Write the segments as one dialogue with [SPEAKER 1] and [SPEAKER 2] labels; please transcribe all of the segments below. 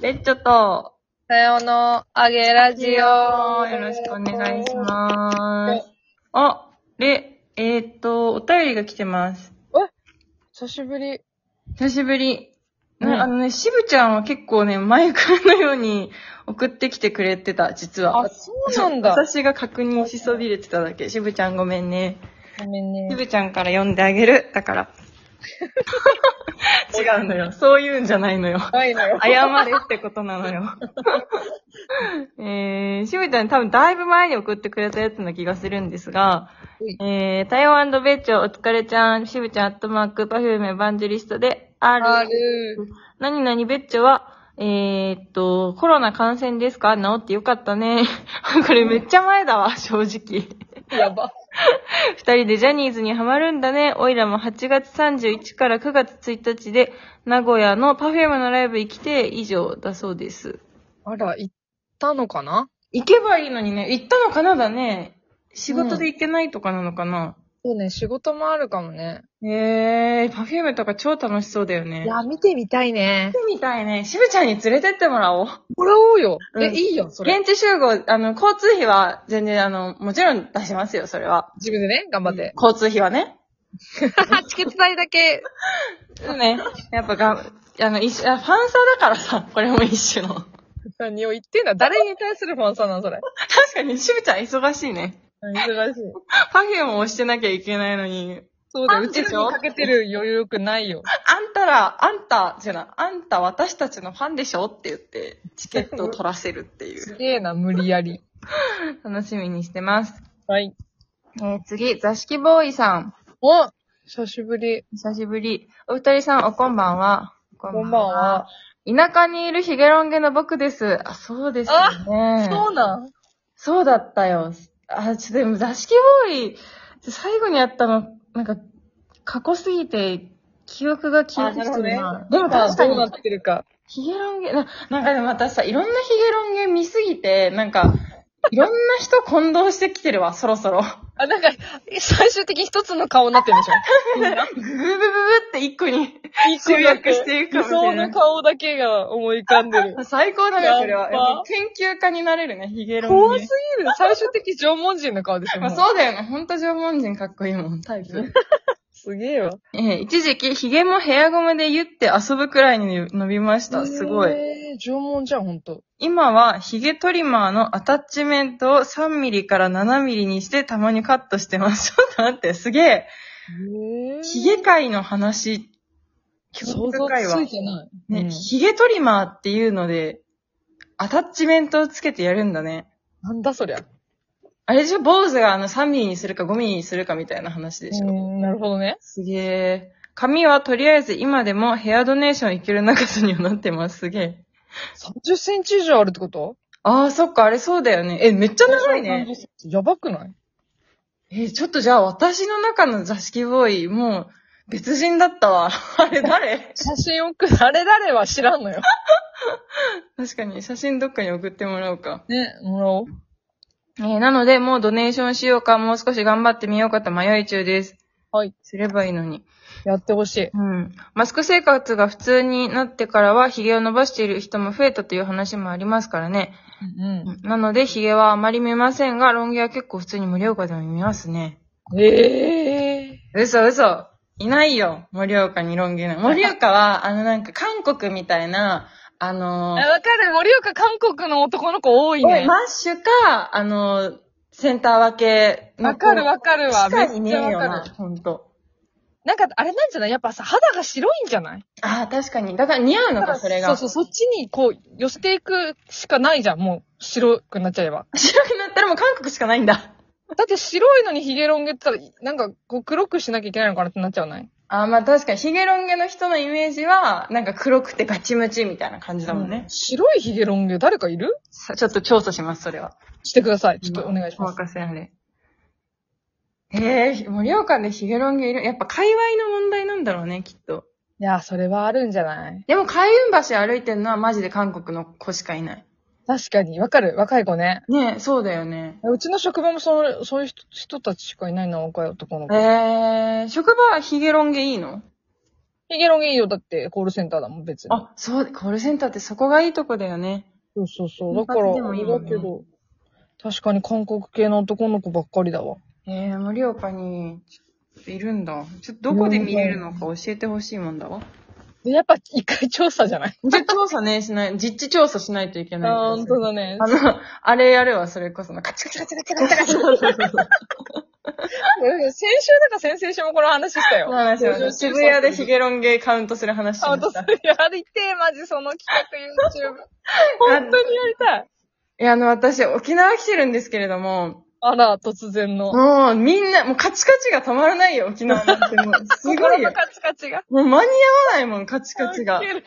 [SPEAKER 1] レッチョと、
[SPEAKER 2] さよのあげラジオ。
[SPEAKER 1] よろしくお願いしま
[SPEAKER 2] え
[SPEAKER 1] す。あ、で、えーっと、お便りが来てます。
[SPEAKER 2] 久しぶり。
[SPEAKER 1] 久しぶり。
[SPEAKER 2] うん
[SPEAKER 1] なあのね、しぶちゃんは結構ね、前からのように送ってきてくれてた、実は。
[SPEAKER 2] あ、そうなんだ
[SPEAKER 1] そ。私が確認しそびれてただけ。しぶちゃんごめんね。
[SPEAKER 2] ごめん
[SPEAKER 1] し
[SPEAKER 2] ね。
[SPEAKER 1] ぶちゃんから読んであげる。だ から。違うのよ。そういうんじゃないのよ。
[SPEAKER 2] ないのよ。
[SPEAKER 1] 謝れってことなのよ。 えー、しぶちゃん多分だいぶ前に送ってくれたやつな気がするんですが
[SPEAKER 2] う、い
[SPEAKER 1] えー、台湾ベッチョお疲れちゃん、しぶちゃんアットマーク、パフュームエヴァンジェリストで、
[SPEAKER 2] あ
[SPEAKER 1] R、
[SPEAKER 2] る。
[SPEAKER 1] 何々ベッチョは、えー、っと、コロナ感染ですか治ってよかったね。 これめっちゃ前だわ、正直。
[SPEAKER 2] やば。
[SPEAKER 1] 二人でジャニーズにハマるんだね。おいらも8月31から9月1日で、名古屋のパフュームのライブ行きて、以上だそうです。
[SPEAKER 2] あら、行ったのかな
[SPEAKER 1] 行けばいいのにね、行ったのかなだね。仕事で行けないとかなのかな。
[SPEAKER 2] そうね、仕事もあるかもね。
[SPEAKER 1] へえー、パフュームとか超楽しそうだよね。
[SPEAKER 2] い
[SPEAKER 1] やっ
[SPEAKER 2] や、見てみたいね
[SPEAKER 1] て。みたいね。しぶちゃんに連れてってもらおう。
[SPEAKER 2] もらおうよ。
[SPEAKER 1] うん
[SPEAKER 2] え、いいよ、それ。
[SPEAKER 1] 現地集合、あの、交通費は全然、あの、もちろん出しますよ、それは。
[SPEAKER 2] 自分でね、頑張って。
[SPEAKER 1] 交通費はね。
[SPEAKER 2] チケット代だけ。
[SPEAKER 1] うんね。やっぱが、あの、一緒、あファンサだからさ、これも一種の。確
[SPEAKER 2] 何を言ってんだ誰に対するファンさなの、それ。
[SPEAKER 1] かに、しぶちゃん忙しいね。
[SPEAKER 2] 忙しい。
[SPEAKER 1] パフュームを押してなきゃいけないのに、
[SPEAKER 2] そうだよ、
[SPEAKER 1] ファ
[SPEAKER 2] う
[SPEAKER 1] ンで
[SPEAKER 2] ち
[SPEAKER 1] しょ
[SPEAKER 2] らにかけてる余力ないよ。
[SPEAKER 1] あんたら、あんた、じゃない、あんた私たちのファンでしょって言って、チケットを取らせるってい
[SPEAKER 2] す
[SPEAKER 1] う。
[SPEAKER 2] げえな、無理やり。
[SPEAKER 1] 楽しみにしてます。
[SPEAKER 2] はい。
[SPEAKER 1] えー次、座敷ボーイさん。
[SPEAKER 2] お久しぶり。
[SPEAKER 1] 久しぶり。お二人さん、おこんばんは。こ
[SPEAKER 2] こんばんは。。
[SPEAKER 1] 田舎にいるヒゲロン毛の僕です。あ、そうですよね。
[SPEAKER 2] そうなん
[SPEAKER 1] そうだったよ。あ、ちょ、でも座敷ボーイ、最後にやったの、なんか、過去すぎて、記憶が消えてきてる
[SPEAKER 2] あな
[SPEAKER 1] な。でも確か
[SPEAKER 2] どう
[SPEAKER 1] に
[SPEAKER 2] な、ってるか。
[SPEAKER 1] ヒゲロン毛、ななんかでも私さ、いろんなヒゲロン毛見すぎて、なんか、いろんな人混同してきてるわ、そろそろ。
[SPEAKER 2] あ、なんか、最終的に一つの顔になってるんでしょ
[SPEAKER 1] ぐぐぐぐぐって一個に。
[SPEAKER 2] 一個だ
[SPEAKER 1] 集約
[SPEAKER 2] け
[SPEAKER 1] していくかもしれない
[SPEAKER 2] 理想の顔だけが思い浮かんでる。
[SPEAKER 1] 最高だね、それ
[SPEAKER 2] やっ
[SPEAKER 1] は
[SPEAKER 2] ば。
[SPEAKER 1] 研究家になれるね、ヒゲロン毛。
[SPEAKER 2] 怖すぎる。最終的縄文人の顔でしょ
[SPEAKER 1] まあ、
[SPEAKER 2] う。
[SPEAKER 1] そうだよね。ほんと縄文人かっこいいもん、タイプ。
[SPEAKER 2] すげえわ。
[SPEAKER 1] えー一時期、ヒゲもヘアゴムで言って遊ぶくらいに伸びました。すごい。
[SPEAKER 2] えー縄文じゃん、ほんと。
[SPEAKER 1] 今はヒゲトリマーのアタッチメントを3ミリから7ミリにしてたまにカットしてます。ちょっと待って、すげえ。
[SPEAKER 2] え
[SPEAKER 1] ヒゲ界の話、
[SPEAKER 2] 想像
[SPEAKER 1] 深いわ
[SPEAKER 2] ついてない。う
[SPEAKER 1] ね、
[SPEAKER 2] ん
[SPEAKER 1] ヒゲトリマーっていうので、アタッチメントをつけてやるんだね。
[SPEAKER 2] なんだそりゃ。
[SPEAKER 1] あれじゃ、坊主があの3ミリにするか5ミリにするかみたいな話でしょ。
[SPEAKER 2] うんなるほどね。
[SPEAKER 1] すげえ。髪はとりあえず今でもヘアドネーションいける長さにはなってます。すげえ。
[SPEAKER 2] 30センチ以上あるってこと
[SPEAKER 1] ああ、そっか、あれそうだよね。え、めっちゃ長いね。
[SPEAKER 2] 30センチやばくない
[SPEAKER 1] えーちょっとじゃあ私の中の座敷ボーイ、もう別人だったわ。 あれ誰
[SPEAKER 2] 写真送る。あれ誰は知らんのよ。
[SPEAKER 1] 確かに写真どっかに送ってもらおうか。
[SPEAKER 2] ね、もらおう。
[SPEAKER 1] えーなのでもうドネーションしようか、もう少し頑張ってみようかと迷い中です。
[SPEAKER 2] はい。
[SPEAKER 1] すればいいのに。
[SPEAKER 2] やってほしい。
[SPEAKER 1] うん。マスク生活が普通になってからは、髭を伸ばしている人も増えたという話もありますからね。
[SPEAKER 2] うん。
[SPEAKER 1] なので、髭はあまり見ませんが、ロン毛は結構普通に盛岡でも見ますね。
[SPEAKER 2] ええ
[SPEAKER 1] 嘘嘘。いないよ。盛岡にロン毛なん。盛岡は、 あのなんか韓国みたいな、あの
[SPEAKER 2] あわかる。盛岡韓国の男の子多いね。
[SPEAKER 1] マッシュか、あのセンター分けの
[SPEAKER 2] わかるわかるわ。
[SPEAKER 1] 地
[SPEAKER 2] め
[SPEAKER 1] 下
[SPEAKER 2] っ
[SPEAKER 1] にね
[SPEAKER 2] ち
[SPEAKER 1] え
[SPEAKER 2] ゃ
[SPEAKER 1] よ
[SPEAKER 2] わかる
[SPEAKER 1] な。、ほんと。
[SPEAKER 2] なんか、あれなんじゃないやっぱさ、肌が白いんじゃない
[SPEAKER 1] ああ、確かに。だから似合うのか、それが。
[SPEAKER 2] そうそう、そっちにこう、寄せていくしかないじゃん。もう、白くなっちゃえば。
[SPEAKER 1] 白くなったらもう韓国しかないんだ。
[SPEAKER 2] だって白いのにヒゲロン毛って言ったら、なんか、こう、黒くしなきゃいけないのかなってなっちゃうない
[SPEAKER 1] ああ、まあ確かに、ヒゲロン毛の人のイメージは、なんか黒くてガチムチみたいな感じだもんね。
[SPEAKER 2] 白いヒゲロン毛、誰かいる
[SPEAKER 1] さちょっと調査します、それは。
[SPEAKER 2] してください。ちょっとお願いします。
[SPEAKER 1] 任せあれ。ええ盛岡でヒゲロン毛いる。やっぱ界隈の問題なんだろうね、きっと。
[SPEAKER 2] いや、それはあるんじゃない
[SPEAKER 1] でも海運橋歩いてるのはマジで韓国の子しかいない。
[SPEAKER 2] 確かに、わかる。若い子ね。
[SPEAKER 1] ねえ、そうだよね。
[SPEAKER 2] うちの職場もそう、そういう人人たちしかいないな、若い男の子。
[SPEAKER 1] ええ職場はヒゲロン毛いいの
[SPEAKER 2] ヒゲロンゲ以上だってコールセンターだもん、別に。
[SPEAKER 1] あ、そう、コールセンターってそこがいいとこだよね。
[SPEAKER 2] そうそうそう。だか
[SPEAKER 1] 金
[SPEAKER 2] ら、
[SPEAKER 1] 髪でもいいもんね
[SPEAKER 2] あれだけど、確かに韓国系の男の子ばっかりだわ。
[SPEAKER 1] えー、盛岡に、ちょっといるんだ。ちょっとどこで見れるのか教えてほしいもんだわ。
[SPEAKER 2] で、やっぱ一回調査じゃない
[SPEAKER 1] じゃ、調査ね、しない、実地調査しないといけ ない。
[SPEAKER 2] あー、ほんとだ ね。
[SPEAKER 1] あの、あれやるわ、それこそ。カチカチカチカチカチカチカチカチ。
[SPEAKER 2] 先週だか先々週もこの話したよ。
[SPEAKER 1] 話
[SPEAKER 2] そうそう
[SPEAKER 1] 渋谷でヒゲロンゲカウントする話し
[SPEAKER 2] あ、
[SPEAKER 1] ま
[SPEAKER 2] と
[SPEAKER 1] し
[SPEAKER 2] そ
[SPEAKER 1] た。
[SPEAKER 2] れやりてえ、マジその企 画 YouTube。
[SPEAKER 1] あ
[SPEAKER 2] 本当にやりたい。
[SPEAKER 1] いや、あの、私、沖縄来てるんですけれども、
[SPEAKER 2] あら、突然の。
[SPEAKER 1] もう、みんな、もうカチカチがたまらないよ、沖縄なんて。もう、すごい
[SPEAKER 2] 心の
[SPEAKER 1] よ。
[SPEAKER 2] カチカチが。
[SPEAKER 1] もう間に合わないもん、カチカチが
[SPEAKER 2] カ。チカ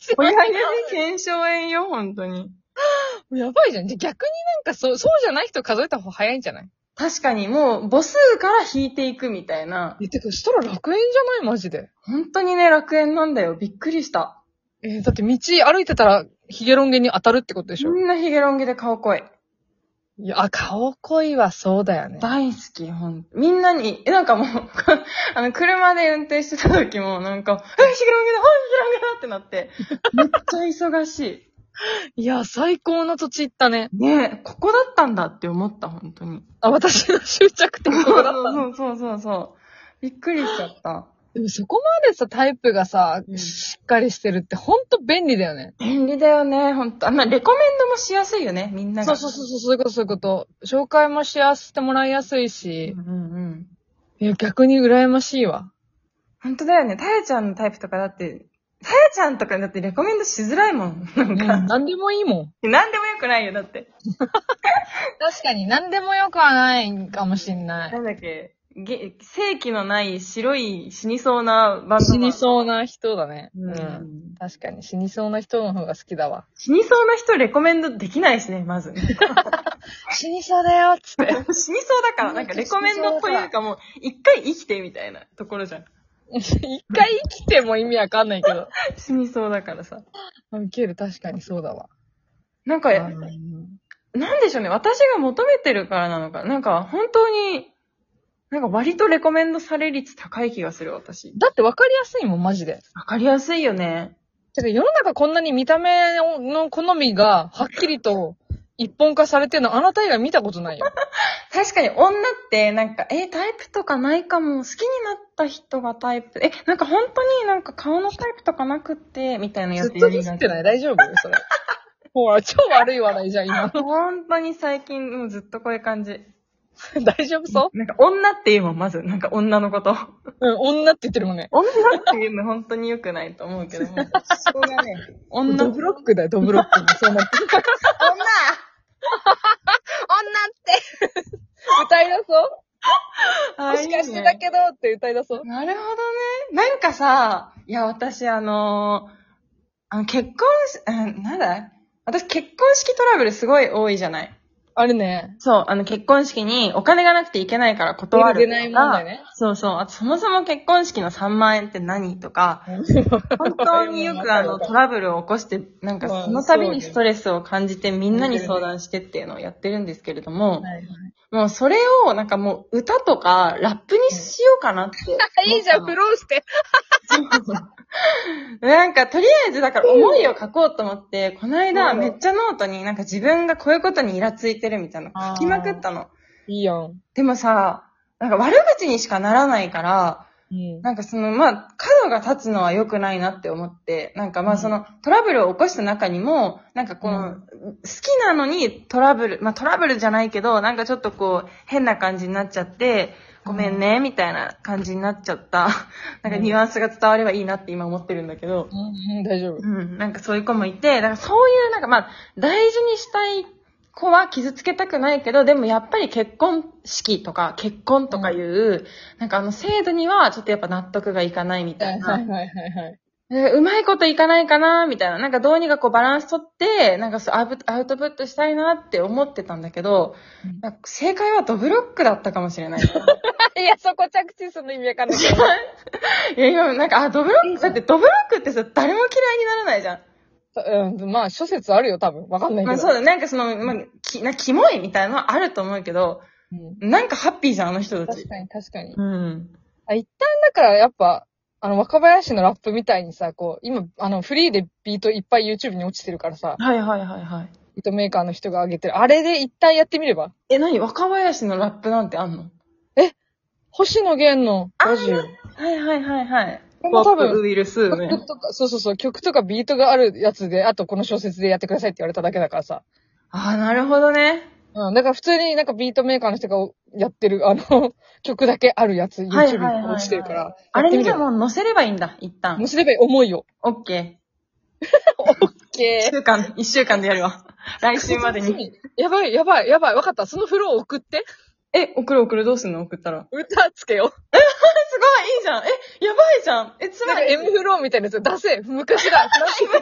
[SPEAKER 2] チ
[SPEAKER 1] おや
[SPEAKER 2] が。
[SPEAKER 1] やで検証炎よ、本当に。
[SPEAKER 2] やばいじゃん。じゃあ逆になんかそう、そうじゃない人数えた方が早いんじゃない
[SPEAKER 1] 確かに、もう、母数から引いていくみたいな。
[SPEAKER 2] え、てか、したら楽園じゃないマジで。
[SPEAKER 1] 本当にね、楽園なんだよ。びっくりした。
[SPEAKER 2] えーだって道歩いてたら、ヒゲロンゲに当たるってことでしょ、
[SPEAKER 1] みんなヒゲロンゲで顔濃い。
[SPEAKER 2] いや、あ、顔恋はそうだよね。
[SPEAKER 1] 大好き、ほんみんなに、え、なんかもう、 あの、車で運転してた時も、なんか、え、ヒゲロンゲだ、あ、ヒゲロンゲだってなって、めっちゃ忙しい。
[SPEAKER 2] いや、最高の土地行ったね。
[SPEAKER 1] ねえ、ここだったんだって思った、本当に。
[SPEAKER 2] あ、私の執着点こ
[SPEAKER 1] そ
[SPEAKER 2] こ
[SPEAKER 1] う
[SPEAKER 2] だ ったの。
[SPEAKER 1] そうそうそうそう。びっくりしちゃった。
[SPEAKER 2] でもそこまでさ、タイプがさ
[SPEAKER 1] う、ん
[SPEAKER 2] しっかりしてるってほんと便利だよね。
[SPEAKER 1] 便利だよね、ほんと。あ、まあ、レコメンドもしやすいよね、みんなが。
[SPEAKER 2] そうそうそう、そうそういうこと、そういうこと。紹介もしやすてもらいやすいし
[SPEAKER 1] う、んうんうん。
[SPEAKER 2] いや、逆に羨ましいわ。
[SPEAKER 1] ほんとだよね、たやちゃんのタイプとかだって、たやちゃんとかだってレコメンドしづらいもん。なんか、
[SPEAKER 2] 何でもいいもん。
[SPEAKER 1] なんでもよくないよ、だって。
[SPEAKER 2] 確かに何でもよくはないかもしんない。
[SPEAKER 1] なんだっけ、げ正気のない白い死にそうなバンド
[SPEAKER 2] 死に
[SPEAKER 1] う。
[SPEAKER 2] そうな人だね。
[SPEAKER 1] う
[SPEAKER 2] うん
[SPEAKER 1] ん、
[SPEAKER 2] 確かに死にそうな人の方が好きだわ。
[SPEAKER 1] 死にそうな人レコメンドできないしね、ま ず。死に
[SPEAKER 2] 死にそうだよっつって。
[SPEAKER 1] そうだから、なんかレコメンドというかもう、一回生きてみたいなところじゃん。
[SPEAKER 2] 一回生きても意味わかんないけど。
[SPEAKER 1] 死にそうだからさ。
[SPEAKER 2] ウケる、確かにそうだわ。
[SPEAKER 1] なんか、
[SPEAKER 2] うん
[SPEAKER 1] なんでしょうね、私が求めてるからなのか、なんか本当に、なんか割とレコメンドされ率高い気がする、私。
[SPEAKER 2] だってわかりやすいもん、マジで。
[SPEAKER 1] わかりやすいよね。
[SPEAKER 2] てか世の中こんなに見た目の好みがはっきりと一本化されてるのあなた以外見たことないよ。
[SPEAKER 1] 確かに女ってなんか、え、タイプとかないかも、好きになった人がタイプ、え、なんか本当になんか顔のタイプとかなくって、みたいなや
[SPEAKER 2] ず
[SPEAKER 1] つ
[SPEAKER 2] っとディスって
[SPEAKER 1] い
[SPEAKER 2] ない大丈夫それ。ほら、超悪い笑いじゃん、今。
[SPEAKER 1] 本当に最近もうずっとこういう感じ。
[SPEAKER 2] 大丈夫そ
[SPEAKER 1] なんか女っていうもん、まず。なんか女のこと。
[SPEAKER 2] ううん、女って言ってるもんね。
[SPEAKER 1] 女っていうの本当に良くないと思うけども。 そこがね、女
[SPEAKER 2] ドブロックだよ、ドブロック。 そうなって。女女って 歌い出そうもしかしてだけどって歌い出そう。
[SPEAKER 1] なるほどね。なんかさ、いや、私あのーあの結婚し、うん、なんだ私結婚式トラブルすごい多いじゃない
[SPEAKER 2] あれね。
[SPEAKER 1] そう、あの結婚式にお金がなくていけないから断るとか。
[SPEAKER 2] 出ない問題ね。
[SPEAKER 1] そうそう。あとそもそも結婚式の3万円って何とか、本当によくあのトラブルを起こして、なんか
[SPEAKER 2] まあ
[SPEAKER 1] その度
[SPEAKER 2] そうね
[SPEAKER 1] にストレスを感じてみんなに相談してっていうのをやってるんですけれども、
[SPEAKER 2] はい
[SPEAKER 1] もうそれをなんかもう歌とかラップにしようかなって思っ
[SPEAKER 2] は
[SPEAKER 1] たの。
[SPEAKER 2] いいじゃん、フローして。
[SPEAKER 1] なんか、とりあえず、だから、思いを書こうと思って、この間、
[SPEAKER 2] うん
[SPEAKER 1] めっちゃノートになんか自分がこういうことにイラついてるみたいなの書きまくったの。
[SPEAKER 2] いいやん。
[SPEAKER 1] でもさ、なんか悪口にしかならないから、
[SPEAKER 2] うん。
[SPEAKER 1] なんかその、まあ、角が立つのは良くないなって思って、なんかまあその、トラブルを起こした中にも、なんかこの、
[SPEAKER 2] うん
[SPEAKER 1] 好きなのにトラブル、まあトラブルじゃないけど、なんかちょっとこう、変な感じになっちゃって、ごめんね、みたいな感じになっちゃった。なんかニュアンスが伝わればいいなって今思ってるんだけど、
[SPEAKER 2] うん、大丈夫。
[SPEAKER 1] うん、なんかそういう子もいて、だからそういうなんかまあ、大事にしたい子は傷つけたくないけど、でもやっぱり結婚式とか結婚とかいう、なんかあの制度にはちょっとやっぱ納得がいかないみた
[SPEAKER 2] はいいはい
[SPEAKER 1] な。
[SPEAKER 2] はいはい。
[SPEAKER 1] でうまいこといかないかな、みたいな。なんかどうにかこうバランス取って、なんかそうアウトアウトプットしたいなって思ってたんだけど
[SPEAKER 2] うん、
[SPEAKER 1] なんか正解はドブロックだったかもしれない。
[SPEAKER 2] いや、そこ着地するの意味わかんないけど。
[SPEAKER 1] いや、今なんか、あ、ドブロック、だってドブロックってさ、誰も嫌いにならないじゃん。
[SPEAKER 2] うん、まあ、諸説あるよ、多分。わかんないけ
[SPEAKER 1] まあ
[SPEAKER 2] ど。
[SPEAKER 1] そうだ、なんかその、まあ、き、な、キモいみたいなのはあると思うけど、
[SPEAKER 2] うん
[SPEAKER 1] なんかハッピーじゃん、あの人た
[SPEAKER 2] 確
[SPEAKER 1] ち。
[SPEAKER 2] かに、確かに。
[SPEAKER 1] うん。
[SPEAKER 2] あ、一旦だから、やっぱ、あの、若林のラップみたいにさ、こう、今、あの、フリーでビートいっぱい YouTube に落ちてるからさ、
[SPEAKER 1] はいはいはいはい。
[SPEAKER 2] ビートメーカーの人が上げてる。あれで一旦やってみれば
[SPEAKER 1] え、何若林のラップなんてあんの
[SPEAKER 2] 星野源のラジオ。
[SPEAKER 1] はいはいはいはい。
[SPEAKER 2] これも多
[SPEAKER 1] ポップ
[SPEAKER 2] 分、
[SPEAKER 1] ウイルスね。
[SPEAKER 2] 曲とか、そうそうそう、曲とかビートがあるやつで、あとこの小説でやってくださいって言われただけだからさ。
[SPEAKER 1] ああ、なるほどね。
[SPEAKER 2] うん、だから普通になんかビートメーカーの人がやってる、あの、 曲だけあるやつ、
[SPEAKER 1] はいはい
[SPEAKER 2] YouTube
[SPEAKER 1] はいはい
[SPEAKER 2] に落ちてるから。
[SPEAKER 1] あれにじゃあ
[SPEAKER 2] も。
[SPEAKER 1] もう載せればいいんだ、一旦
[SPEAKER 2] も。すれば重いよ。
[SPEAKER 1] オッケ
[SPEAKER 2] オッ
[SPEAKER 1] ー。一
[SPEAKER 2] ケ
[SPEAKER 1] 週間、一週間でやる わ。来週までに。。
[SPEAKER 2] やばい、やばい、やばい。わかった。そのフロー送って。
[SPEAKER 1] え、送る送る、どうすんの送ったら。
[SPEAKER 2] 歌つけよ
[SPEAKER 1] え、すごいいいじゃんえ、やばいじゃんえ、つ
[SPEAKER 2] う。なん
[SPEAKER 1] ま
[SPEAKER 2] か
[SPEAKER 1] り、え、つ
[SPEAKER 2] M フローみたいなやつ出せ。昔だ。 フラッシュっ
[SPEAKER 1] ま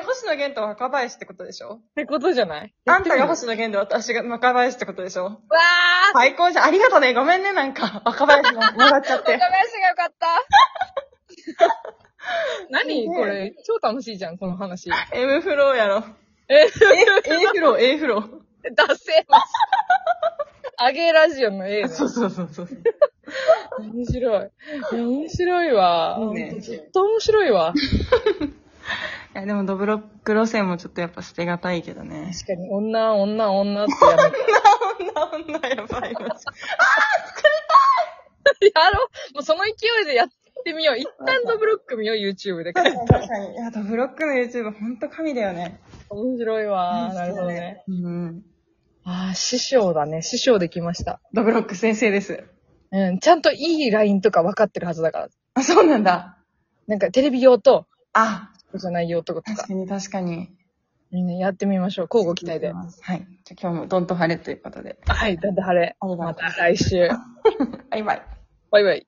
[SPEAKER 1] り星野源と若林ってことでしょ
[SPEAKER 2] てことじゃない
[SPEAKER 1] あんたが
[SPEAKER 2] 欲しい。
[SPEAKER 1] 星野源で私が若林ってことでしょ
[SPEAKER 2] わー
[SPEAKER 1] 最高じゃん。ありがとね。ごめんね、なんか。若林がもらっちゃって
[SPEAKER 2] 若。 林がよかった 何これ、超楽しいじゃん、この話。出
[SPEAKER 1] M フローやろ。
[SPEAKER 2] え
[SPEAKER 1] A, A フロー、A フロー。
[SPEAKER 2] せます。あげラジオの A ね。
[SPEAKER 1] そうそうそうそう。
[SPEAKER 2] 面白い。いや、面白いわ。
[SPEAKER 1] いいね
[SPEAKER 2] ずっと面白いわ。
[SPEAKER 1] いや、でもドブロック路線もちょっとやっぱ捨てがたいけどね。
[SPEAKER 2] 確かに、女、女、女ってやめて。
[SPEAKER 1] そんなやばいな。
[SPEAKER 2] やろうもうその勢いでやってみよう。一旦ドブロック見よう、YouTube で。
[SPEAKER 1] 確かに。いや、ドブロックの YouTube ほんと神だよね。
[SPEAKER 2] 面白いわ。なるほどね。。
[SPEAKER 1] うん。
[SPEAKER 2] ああ、師匠だね。師匠できました。
[SPEAKER 1] ドブロック先生です。
[SPEAKER 2] うん、ちゃんといいラインとか分かってるはずだから。
[SPEAKER 1] あ、そうなんだ。
[SPEAKER 2] なんかテレビ用と、
[SPEAKER 1] あ、
[SPEAKER 2] そうじゃない用とかと
[SPEAKER 1] 確
[SPEAKER 2] か
[SPEAKER 1] か。に確かに。
[SPEAKER 2] みんなやってみましょう。交互期待で。
[SPEAKER 1] はい。じゃあ今日もドンと晴れということで。
[SPEAKER 2] はい、だって晴れ。
[SPEAKER 1] ありがとうござい
[SPEAKER 2] ま
[SPEAKER 1] ます
[SPEAKER 2] た来週。
[SPEAKER 1] バイバイ。
[SPEAKER 2] バイバイ。